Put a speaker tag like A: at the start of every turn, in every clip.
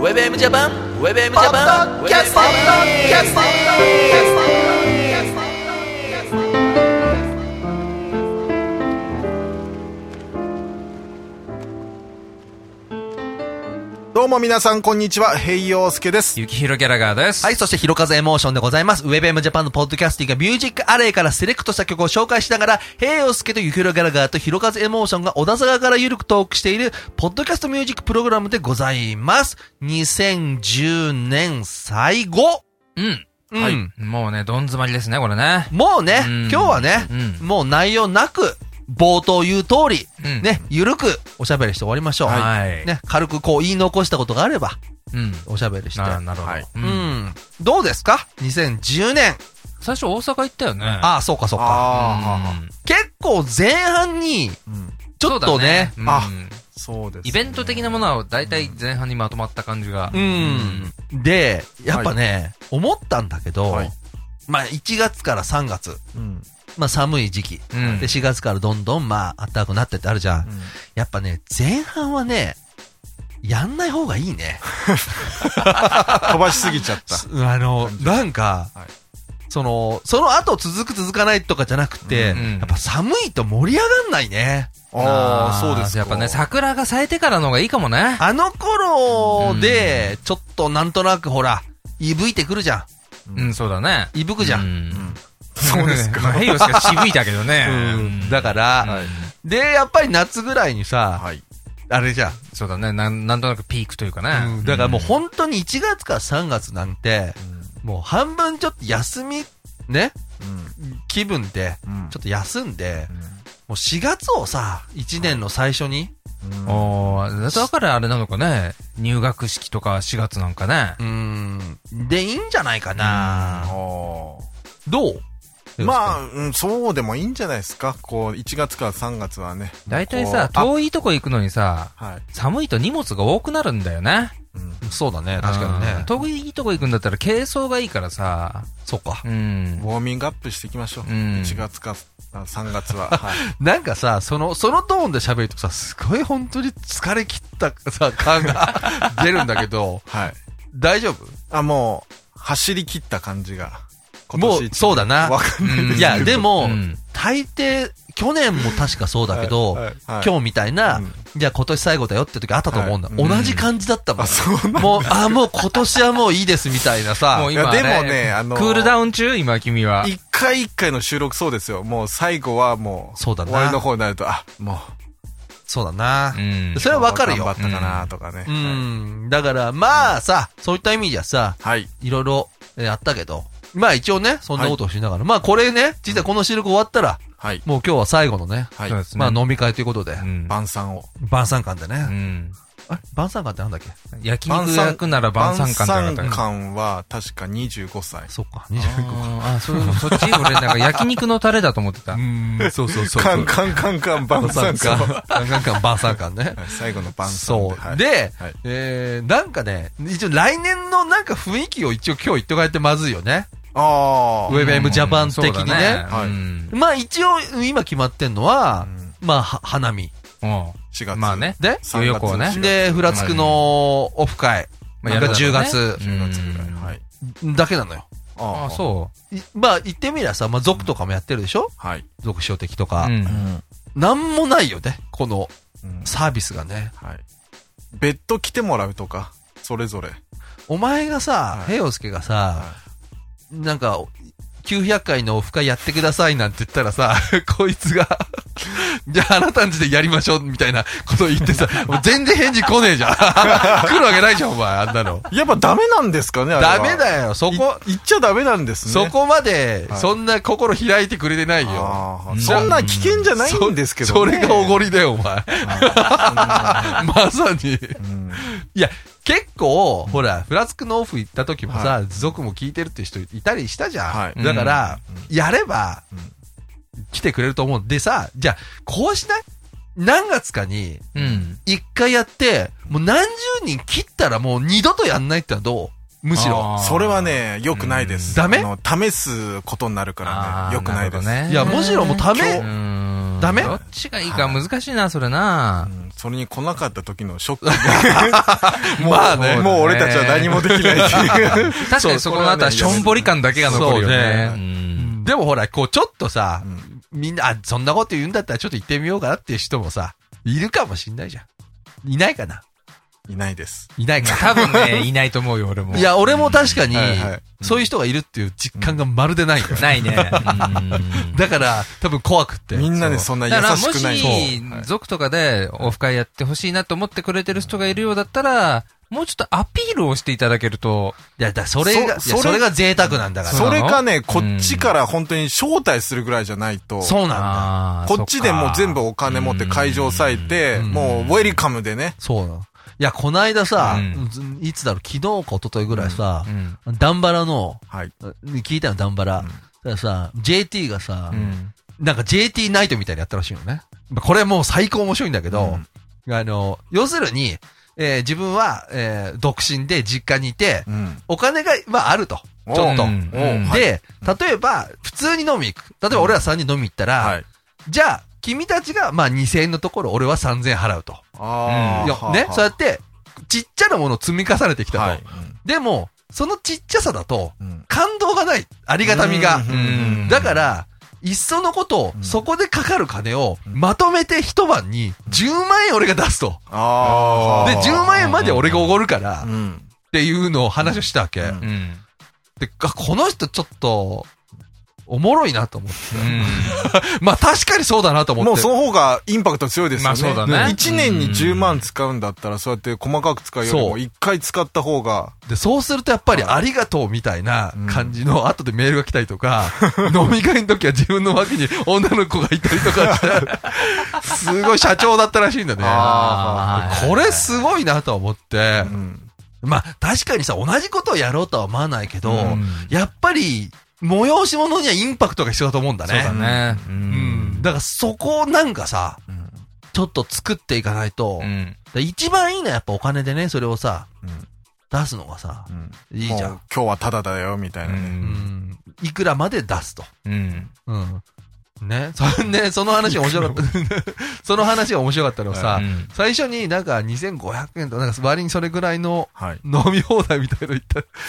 A: WebM ジャパン WebM ジ
B: パ
A: ャパ
B: ッ
A: ン
B: ドキャスティングキャスティング
C: どうも皆さん、こんにちは。平洋介です。
D: ゆきひろギャラガーです。
A: はい、そして、ひろかずエモーションでございます。ウェブエムジャパンのポッドキャスティングがミュージックアレイからセレクトした曲を紹介しながら、平洋介とゆきひろギャラガーとひろかずエモーションが小田坂からゆるくトークしている、ポッドキャストミュージックプログラムでございます。2010年最後
D: うん。
A: うん
D: はい。もうね、どん詰まりですね、これね。
A: もうね、
D: うん
A: 今日はね、
D: うん
A: もう内容なく、冒頭言う通り、
D: うん
A: ね、ゆるくおしゃべりして終わりましょう。
D: はい
A: ね、軽くこう言い残したことがあれば、
D: うん。
A: おしゃべりして。
D: ななるほど。う。
A: うんん。どうですか ?2010 年。
D: 最初大阪行ったよね。
A: ああ、そうかそうか。
C: あ
D: うん、
A: 結構前半に、
C: うん
A: ちょっとね、
D: そうだ
C: あ
D: うん
C: あ、そうですね。
D: イベント的なものは大体前半にまとまった感じが。
A: うん。で、やっぱね、思ったんだけど、
C: はい
A: まあ1月から3月、
C: うん。
A: まあ寒い時期。
D: うん。うん
A: で、4月からどんどんまあ暖かくなってってあるじゃん。
C: うん
A: やっぱね、前半はね、やんない方がいいね。
C: 飛ばしすぎちゃ った。
A: あの、なんか、
C: はい
A: その、その後続く続かないとかじゃなくて、
D: うんうん
A: やっぱ寒いと盛り上がんないね。
C: ああ、そうですか。
D: やっぱね、桜が咲いてからの方がいいかもね。
A: あの頃で、ちょっとなんとなくほら、いぶいてくるじゃ
C: うん
D: うん、そうだね。
A: ん。いぶくじゃ。
D: うんん。
C: そうですか。
D: まあ、ヘイヨスが渋いだけどね
A: う。ん。だから、
D: はい
A: で、やっぱり夏ぐらいにさ、
C: はい。
A: あれじゃん。
D: そうだね。なん、なんとなくピークというかね。
A: だからもう本当に1月から3月なんて、もう半分ちょっと休み、ね、気分で、
C: うん。うん
A: ちょっと休んで、もう4月をさ、1年の最初に、
C: うんうん
D: おー、だからあれなのかね。入学式とか4月なんかね。
A: うーん、でいいんじゃないかな、
C: あ
A: どう
C: ーまあ、うんそうでもいいんじゃないですか。こう、1月から3月はね。
D: 大体
C: こ
D: さ、
C: う
D: 遠いとこ行くのにさ、
C: あはい。
D: 寒いと荷物が多くなるんだよね。
C: うん
A: そうだね、確かに
D: うん
A: ね。
D: 遠いとこ行くんだったら軽装がいいからさ。
A: そうか。
D: うん
C: ウ。ォーミングアップしていきましょう。
D: うん
C: 1月か3月 は。はい
A: なんかさ、その、そのトーンで喋るとさ、すごい本当に疲れ切ったさ、感 が出るんだけど、
C: はい。
A: 大丈夫
C: あ、もう、走り切った感じが。今
A: も
C: 年
A: う、そうだな
C: わ。かんない
A: いや、でも、
D: うん
A: 大抵、去年も確かそうだけど、
C: はいはいはい
A: 今日みたいな、
C: うん
A: じゃあ今年最後だよって時あったと思うんだ。
C: はい
A: 同じ感じだったもん
C: あ、。そうな
A: もう、あ、もう今年はもういいですみたいなさ。
D: もう今、
C: いやでもねあの
D: クールダウン中今君は。
C: 一回一回の収録そうですよ。もう最後はもう、
A: そうだな
C: 終わりの方になると、あ、も
A: そうだな
D: う。ん
A: それはわかるよ
C: 頑。張ったかなとかね。
A: う
C: はい
A: ん。だから、まあさ、そういった意味じゃさ、
C: はい。
A: いろいろえーあったけど、まあ一応ね、そんなことをしながら、まあこれね、実はこの収録終わったら、
C: はい。
A: もう今日は最後のね、
C: はい。
D: そうですね
A: まあ飲み会ということで、
D: うん。
C: 晩餐を。
A: 晩餐館で
D: う
A: ね。
D: ん。
A: あれ晩餐館ってなんだっけ
D: 焼肉焼くなら晩餐館だ
C: 晩
D: か
C: 餐
D: ら。
C: 館は確か25歳。
A: そっか、25個。
D: あーあ、そういうの、そっち俺なんか焼肉のタレだと思ってた。
A: うん、そうそうそうそう。
C: カンカンカンカン晩
A: 晩
C: 餐
A: 餐
C: 館。は
A: 館。晩餐館、晩餐館ね。
C: い最後の晩餐
A: そ
C: は
A: う。
C: い
A: で
C: はい、
A: えー、なんかね、一応来年のなんか雰囲気を一応今日言っとかれてまずいよね。
C: あ
A: ウェブ M ジャパン的
D: そう
A: に
D: だ
A: ね。
C: はい
D: うん
A: まあ一応今決まってんの
C: あ。
A: は
C: う、ん
A: まあは花見。
D: うん
C: 4月。
D: まあね。
A: で、
C: 3月。
D: 余裕こうね
A: で、ふらつくのオフ会
D: まあやるだろうね
A: 10月
C: 4月ぐらい。
D: うん
C: はい。
A: だけなのよ。
D: ああ、
C: う。
D: そ
A: いまあ言ってみりゃさ、まあ族とかもやってるでしょ
C: はい。
A: 族小的と
D: う。
A: か。
D: うん
C: うん
A: なんもないよね。この
C: うん
A: サービスがね。
C: はい。別途来てもらうとか、それぞれ。
A: お前がさ
C: は、い
A: 平洋介がさ
C: は、
A: なんか、900回のオフ会やってくださいなんて言ったらさ、 こいつが、じゃああなたんちでやりましょうみたいなこと言ってさ、 もう全然返事来ねえじゃん。 来るわけないじゃん、お前、あんなの。
C: やっぱダメなんですかね、あれは
A: ダメだよ、そこ、
C: い言っちゃダメなんですね。
A: そこまで、
C: はい
A: そんな心開いてくれてないよ。
C: あー
D: うん
C: そんな危険じゃないんですけど、
A: そ
C: ね。
A: れがおごりだよ、お前。まさに。
C: うん
A: いや、結構、ほら、フラスクのオフ行った時も
C: は
A: さ、族も聞いてるって人いたりしたじゃ
C: は
A: ん。
C: い
A: だから、やれば
C: うん、
A: 来てくれると思うんでさ、じゃあ、こうしない何月かに、
D: うん。
A: 一回やって、もう何十人切ったらもう二度とやんないってのはどうむしろ。
D: あー
C: それは、ね、良くないです。
A: ダメ
C: あの試すことになるからね、良くないです。
A: いや、むしろもうた
C: 今
A: め
C: 日、
D: うん
A: ダメ
D: どっちがいいか難しいな、それな
C: う。んそれに来なかった時のショック
A: もうまあね
C: が、もう俺たちは何もできないっていう。
D: 確かにそこの後はしょんぼり感だけが残る
A: そう
D: よね
A: ね。
D: うん
A: でもほら、こう、ちょっとさ、みんな、あ、そんなこと言うんだったらちょっと行ってみようかなっていう人もさ、いるかもしんないじゃん。いないかない
C: ないです。
A: いないかな
D: 多分ね、いないと思うよ、俺も。
A: い、や、俺も確かに
C: はいはい、
A: そういう人がいるっていう実感がまるでないよ。
D: ないね。
A: だから、多分怖くって。
C: みんなで
A: そう
C: そんな
D: だ
C: 優
D: からも
C: しくない。
D: し
C: そうはい、
D: 族とかでオフ会やってほしいなと思ってくれてる人がいるようだったら、もうちょっとアピールをしていただけると、
A: いや、だそれが、
C: そ
A: いや
C: それ
A: それが贅沢なんだから。
D: そう
C: それかね、こ
D: うん
C: っちから本当に招待するぐらいじゃないと、
A: そうなんだ。
D: あー
C: こっちでもう全部お金持って会場割い、て、
A: うん
C: もうウェリカムでね、
A: そうなの。いや、こないださ、
D: うん
A: ずいつだろう、昨日か一昨日ぐらいさ
D: そっかう、ん
A: ダンバラの、
C: はい。
A: 聞いたの、ダンバラ。だからさ、JT がさ
D: う、ん
A: なんか JT ナイトみたいなやったらしいのね。まあこれもう最高面白いんだけど、あの、要するに、えー自分は、えー独身で実家にいて、
C: うん。
A: お金が、まああると。ちょっと。
D: うん
C: おはい
A: で、例えば、普通に飲み行く。例えば俺ら3人飲み行ったら、
C: はい。
A: じゃあ、君たちが、まあ2000円のところ、俺は3000円払うと。
C: あ
A: い
C: ー
A: や
C: はあ
A: ね、
C: はあ
A: そうやって、ちっちゃなものを積み重ねてきたと。
C: はい。
A: でも、そのちっちゃさだと、
C: うんうん
A: 感動がない。ありがたみが。
D: ん
A: だから、いっそのこと、
C: うん
A: そこでかかる金を、まとめて一晩に10万円俺が出すと。
C: あ
A: で、
C: ー
A: 10万円まで俺がおごるから、っ
C: うん。
A: ていうのを話をしたわけ。
C: うん
D: うん。
A: で、あこの人ちょっと、おもろいなと思って。
D: う
A: まあ確かにそうだなと思って。
C: もうその方がインパクト強いですよね。
D: まあそうだね
C: 1年に10万使うんだったら、そうやって細かく使うより
A: そ
C: も、
A: う
C: 1回使った方が、
A: で、そうするとやっぱりありがとうみたいな感じの後でメールが来たりとか、 飲み会の時は自分の脇に 女の子がいたりとかして、 すごい社長だったらしいんだね。
C: あ
D: ー
A: これすごいなと思って
C: う、ん。
A: まあ確かにさ、同じことをやろうとは思わないけど、
D: うん
A: やっぱり催し物にはインパクトが必要だと思うんだね。
D: そうだね。う
A: うんん。。だからそこをなんかさ、
C: うん
A: ちょっと作っていかないと、
D: うん
A: だから一番いいのはやっぱお金でね、それをさ、
C: うん
A: 出すのがさ、
C: うん
A: いいじゃ
C: も
A: ん
C: う。今日はタダだよ、みたいうなね。
D: ん。
A: いくらまで出すと。
D: うん。
A: うん。ね。そ ね、その話面白かった。 その話が面白かったのがさ、
D: うん
A: 最初になんか2500円と、なんか割にそれぐらいの
C: はい。
A: 飲み放題みたいなの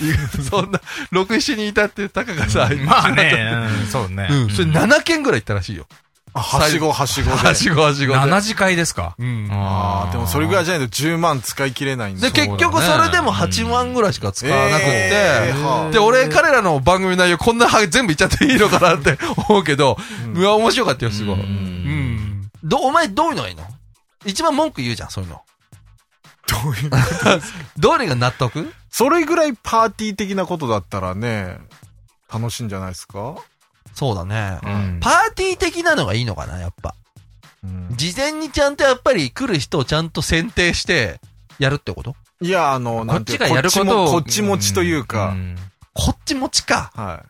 A: 言った。 そんな、6、7人いたって、たかがさ、
D: まあね、うんそうね。
A: うん。それ7件ぐらい行ったらしいよ。
C: あはしご、はしごで。
A: はしごはしごで。
D: 7次会ですか。
A: うん。
C: ああ、でもそれぐら
D: い。
C: いじゃないと10万使い切れない
A: で、
C: んで。
D: そうだね
A: 結局それでも8万ぐらいしか使わなくって、
C: えーはあ
A: で、俺、彼らの番組内容、こんなは全部言っちゃっていいのかなって思うけど、
C: うん
A: うわ、面白かったよ、すごい。
D: う。
A: うんん。ど、お前、どういうのがいいの一番文句言うじゃん、そういうの。
C: どういう
A: どれが納得
C: それぐらいパーティー的なことだったらね、楽しいんじゃないですか
A: そうだね。
D: うん
A: パーティー的なのがいいのかな、やっぱ。
C: うん
A: 事前にちゃんとやっぱり来る人をちゃんと選定して、やるってこと
C: いや、あの、
D: こ
C: な
D: っ
C: んてい
D: ち
C: うか
D: がやることを。
C: こっちもこっち持ちというか、
D: ん
A: こっち持ちか。
C: は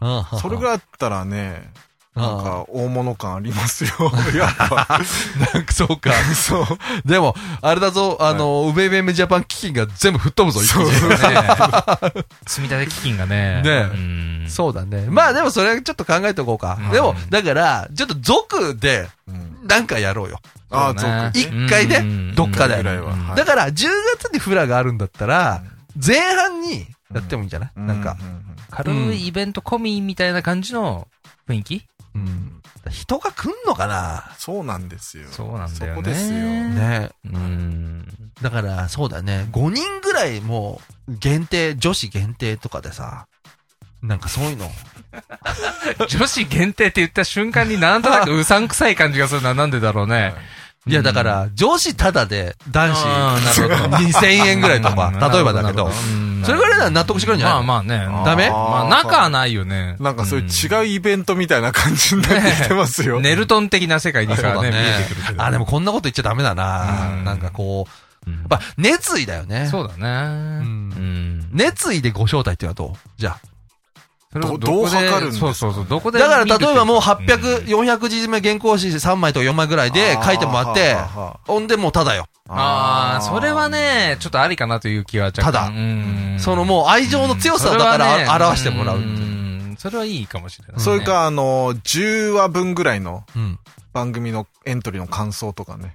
A: うん
C: い。それぐらいだったらね、
A: うん
C: なんか大物感ありますよ。やっぱ。
A: なん かそうか。
C: そう。
A: でも、あれだぞ、あの、ウェイウェイムジャパン基金が全部吹っ飛ぶぞ、一気に
D: ね 積み立て基金がね。
A: ね
D: うん
A: そうだね。まあでもそれはちょっと考えておこうか。
D: うん
A: でも、だから、ちょっと族で、
C: うん
A: なんかやろうよ。
C: あ
D: そう
C: あ、
D: ね
C: そうか。
A: 一回ね
D: うん
A: どっかで
C: ぐらいは。はい
A: だから、10月にフラがあるんだったら、前半にやってもいいんじゃない、
C: う
A: なんか、
C: う
D: 軽いイベント込みみたいな感じの雰囲気
A: うん人が来んのかな
C: そうなんですよ。
D: そうなんだよ
C: そ
D: ね。
C: こですよ。
A: ね
D: うん。
A: だから、そうだね。5人ぐらいもう、限定、女子限定とかでさ、なんかそういうの。
D: 女子限定って言った瞬間になんとなくうさんくさい感じがするな。なんでだろうね。
A: いや、だから、女子ただで、男子
D: あーなるほ ど
A: 2000円ぐらいと か、例えばだけど、それぐらいなら納得してくれるんじゃない
D: まあまあね。
A: ダメ
C: あー
D: まあ、中はないよね。
C: なんかそういう違うイベントみたいな感じになってきてますよ。
D: うんネルトン的な世界にからね、見
A: そうだね
D: えてくるけど。
A: あ、でもこんなこと言っちゃダメだ
D: う
A: なんなんかこう、
D: う
A: や
D: ん
A: っぱ熱意だよね。
D: そうだね。うん。
A: 熱意でご招待っていうのはどうじゃ
D: それを
C: ど
D: どこで
C: どう測るんですか
D: そうそうそう。どこ
A: あ。
D: で。
A: だから例えばもう
D: うん
A: 800、400字詰め原稿紙3枚とか4枚ぐらいで書いてもらって
C: あーは、あはあ
A: ほんでもうただよ。
D: ああ、それはね、ちょっとありかなという気は若干
A: ただ
D: うん
A: そのもう愛情の強さをだから表してもらう。
D: んそれはいいかもしれない。
C: それ、か、あの、10話分ぐらいの
A: うん。
C: 番組のエントリーの感想とかね。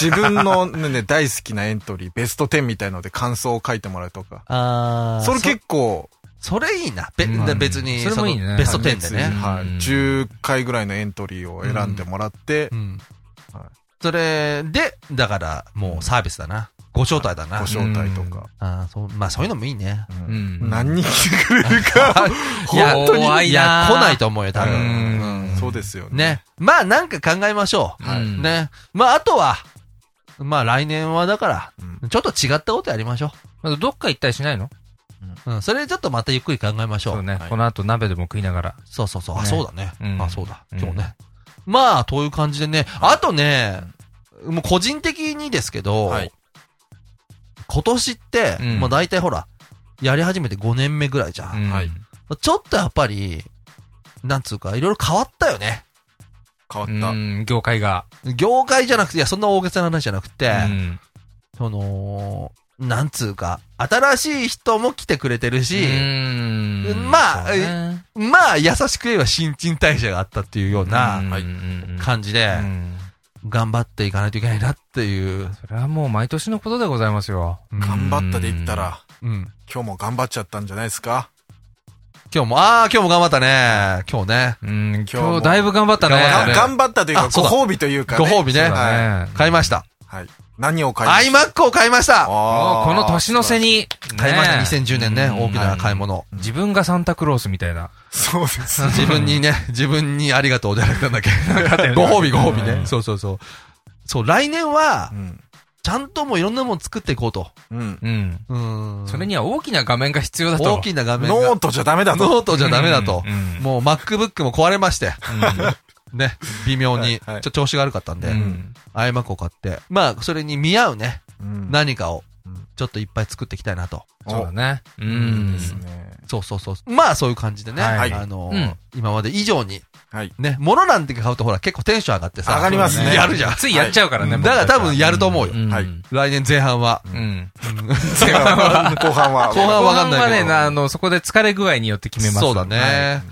C: 自分のね、ね大好きなエントリー、ベスト10みたいので感想を書いてもらうとか。
A: あー
C: それ結構、
A: それいいな。べ
D: うん
A: 別に、
D: それもいいね
A: のベスト10で
C: はい
A: ね。
C: はい
D: うん
C: 10回ぐらいのエントリーを選んでもらって
A: う、ん
C: はい。
A: それで、だから、もうサービスだな。ご招待だな。
C: ご招待とか。
A: あーそうまあそういうのもいい ね。
C: う
D: うんん。
C: 何人来てくれるか。
A: いや、
C: 本当に
D: 怖い
A: いや
D: な、
A: 来ないと思 うよ、多
C: う
A: 分。
C: んそうですよね。
A: ね。まあなんか考えましょ
D: は
A: う。
D: い。。
A: ね。まああとは、まあ来年はだから、
C: うん
A: ちょっと違ったことやりましょ
D: まだどっか行ったりしないの
A: う。うん。それちょっとまたゆっくり考えましょう。
D: そうね
C: は。い
D: この後鍋でも食いながら。
A: そうそうそう。あ、
D: ね
A: そうだね。
D: うん
A: あ、そうだ。
D: うん
A: 今日ね。まあ、という感じでね。あとね、もう個人的にですけど、
C: はい
A: 今年って、
D: うん
A: まあ大体ほら、やり始めて5年目ぐらいじゃん。
D: うん
C: はい。
A: ちょっとやっぱり、なんつうか、いろいろ変わったよね。
C: 変わ
D: う
C: った。
D: ん、業界が。
A: 業界じゃなくて、いや、そんな大げさな話じゃなくて、
D: うん。
A: その、なんつうか、新しい人も来てくれてるし、
D: うん
A: まあ
D: そうね
A: まあ、優しく言えば新陳代謝があったっていうよう
D: う
A: なん
C: はい
D: うん
A: 感じで、
D: うん
A: 頑張っていかないといけないなっていう。
D: それはもう毎年のことでございますよ。
C: 頑張ったで言ったら、
A: うん。
C: 今日も頑張っちゃったんじゃないですか
A: 今日も、ああ、今日も頑張ったね。今日ね。
D: うん、
C: 今日
D: 今
C: も
D: 日だいぶ頑張った
A: 頑
D: ね。
C: が
A: 張ったね
C: 頑張ったというか
A: あ、そう
C: ご
A: だ
C: 褒美というか
A: ご
C: ね。
A: 褒美ね。
D: そうだね
A: 買いました。
C: はい。何を買いました
A: iMac を買いました。
D: も
C: あ
D: う
C: ー
D: この年の瀬。に、
A: 買いました。
D: ね
A: 2010年ね。
D: うん
A: 大きな買い物。
D: 自分がサンタクロースみたいな。
C: そうです。
A: 自分にね、自分にありがとうじゃなくてなんだっけ。ご褒美、ご褒美ね。そうそうそう。そう、来年は
C: う、ん。
A: ちゃんともういろんなもの作っていこうと。
C: うん。
D: うん。
A: うん。
D: それには大きな画面が必要だと。
A: 大きな画面が。
C: ノートじゃダメだと。
A: ノートじゃダメだと。
D: うん
A: もう MacBook も壊れまして。ね。微妙に。ちょ
C: はいは
A: っ
C: い
A: と調子が悪かったんで
D: う。ん。
A: iMac を買って。まあ、それに見合うね。
C: うん
A: 何かを
C: うん、
A: ちょっといっぱい作っていきたいなと。
D: そうだね。う
C: おいい
D: ん
C: で。すね。
A: そうそうそう。まあ、そういう感じでね。
D: はい
A: あの
D: う
A: ー
D: ん、
A: 今まで以上に。
C: はい。
A: ね。物なんて買うとほら、結構テンション上がってさ。
C: 上がりますね
A: やるじゃん。
D: ついやっちゃうからね。
A: だ
D: 僕
A: か
D: たち
A: ら
D: は
A: 多分やると思うよ。
D: うん
C: はい
A: 来年前半は。
D: うん。
C: 後半は。
A: 後半はわかんないけど
D: 後半はね、あの、そこで疲れ具合によって決めます。
A: そうだ
D: はい。
A: ね。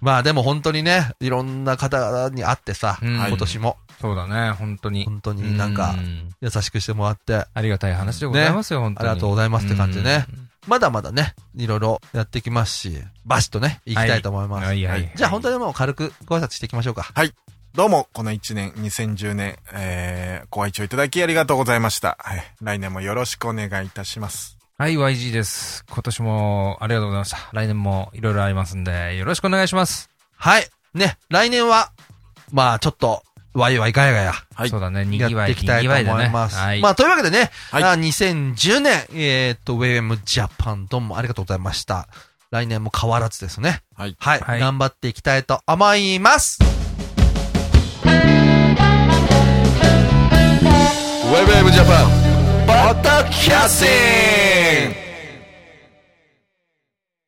A: まあでも本当にね、いろんな方に会ってさ、
D: うん
A: 今年も
D: そうだね、本当に。
A: 本当になんか
D: う
A: 優しくしてもらって、
D: ありがたい話でございますよ、本当
A: あ
D: に。
A: りがとうございますって感じでね。まだまだね、いろいろやってきますし、バシッとね、行きたいと思い
D: うん。
A: ます。
D: はいは
C: はいい。
A: じゃあ本当にもう軽くご挨拶していきましょうか。
C: どうも、この1年、2010年、えー、ご愛聴いただきありがとうございました。はい。来年もよろしくお願いいたします。
D: はい、YG です。今年もありがとうございました。来年もいろいろありますんで、よろしくお願いします。
A: はい。ね、来年は、まあちょっと、ワイワイガヤガヤ。
C: はい
D: そうだね、に
A: や
D: ぎわ
A: っ
D: い、
A: て
D: に
A: いきたい
D: ぎ
A: と
D: わいだ
A: 思
D: ね。
A: います。
D: はい。
A: まあ、というわけでね、
C: はい
A: あ2010年、えーっと、ウェブムジャパンどうもありがとうございました。来年も変わらずですね。
C: はい。
A: はい。
D: はい
A: 頑張っていきたいと思います。
B: ウェブウェブジャパンバタキャステ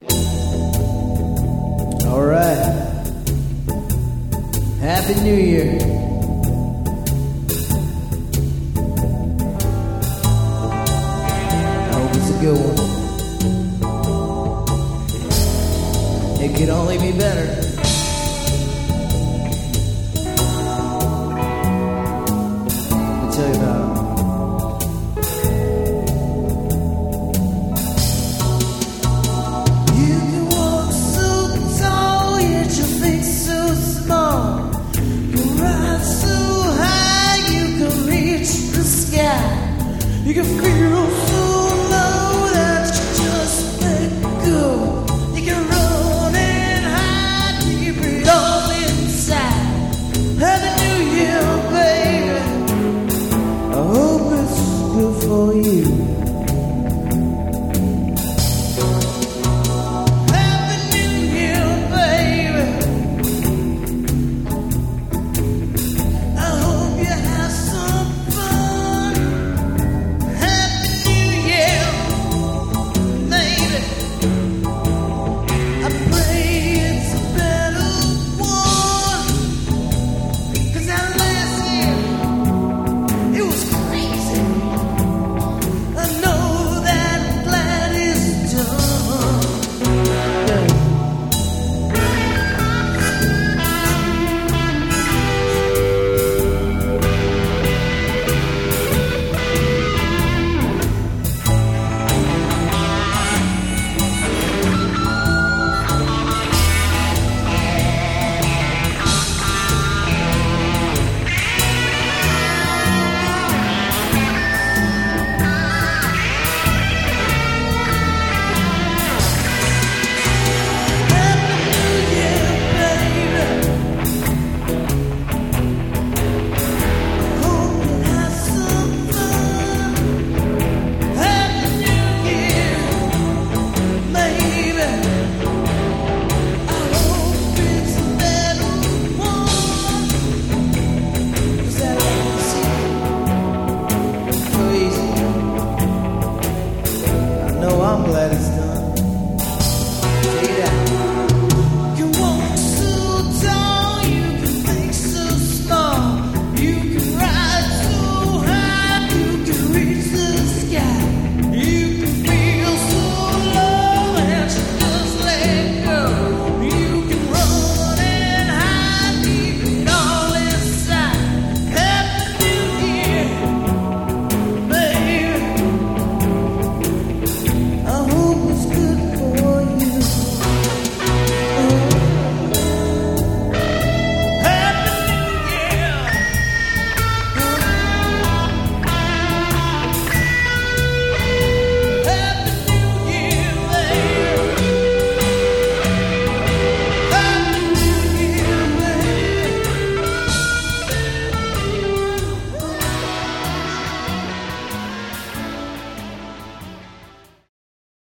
B: ィング
E: All right. Happy New Year. I hope it's a good one. It could only be better. I'll tell you about it.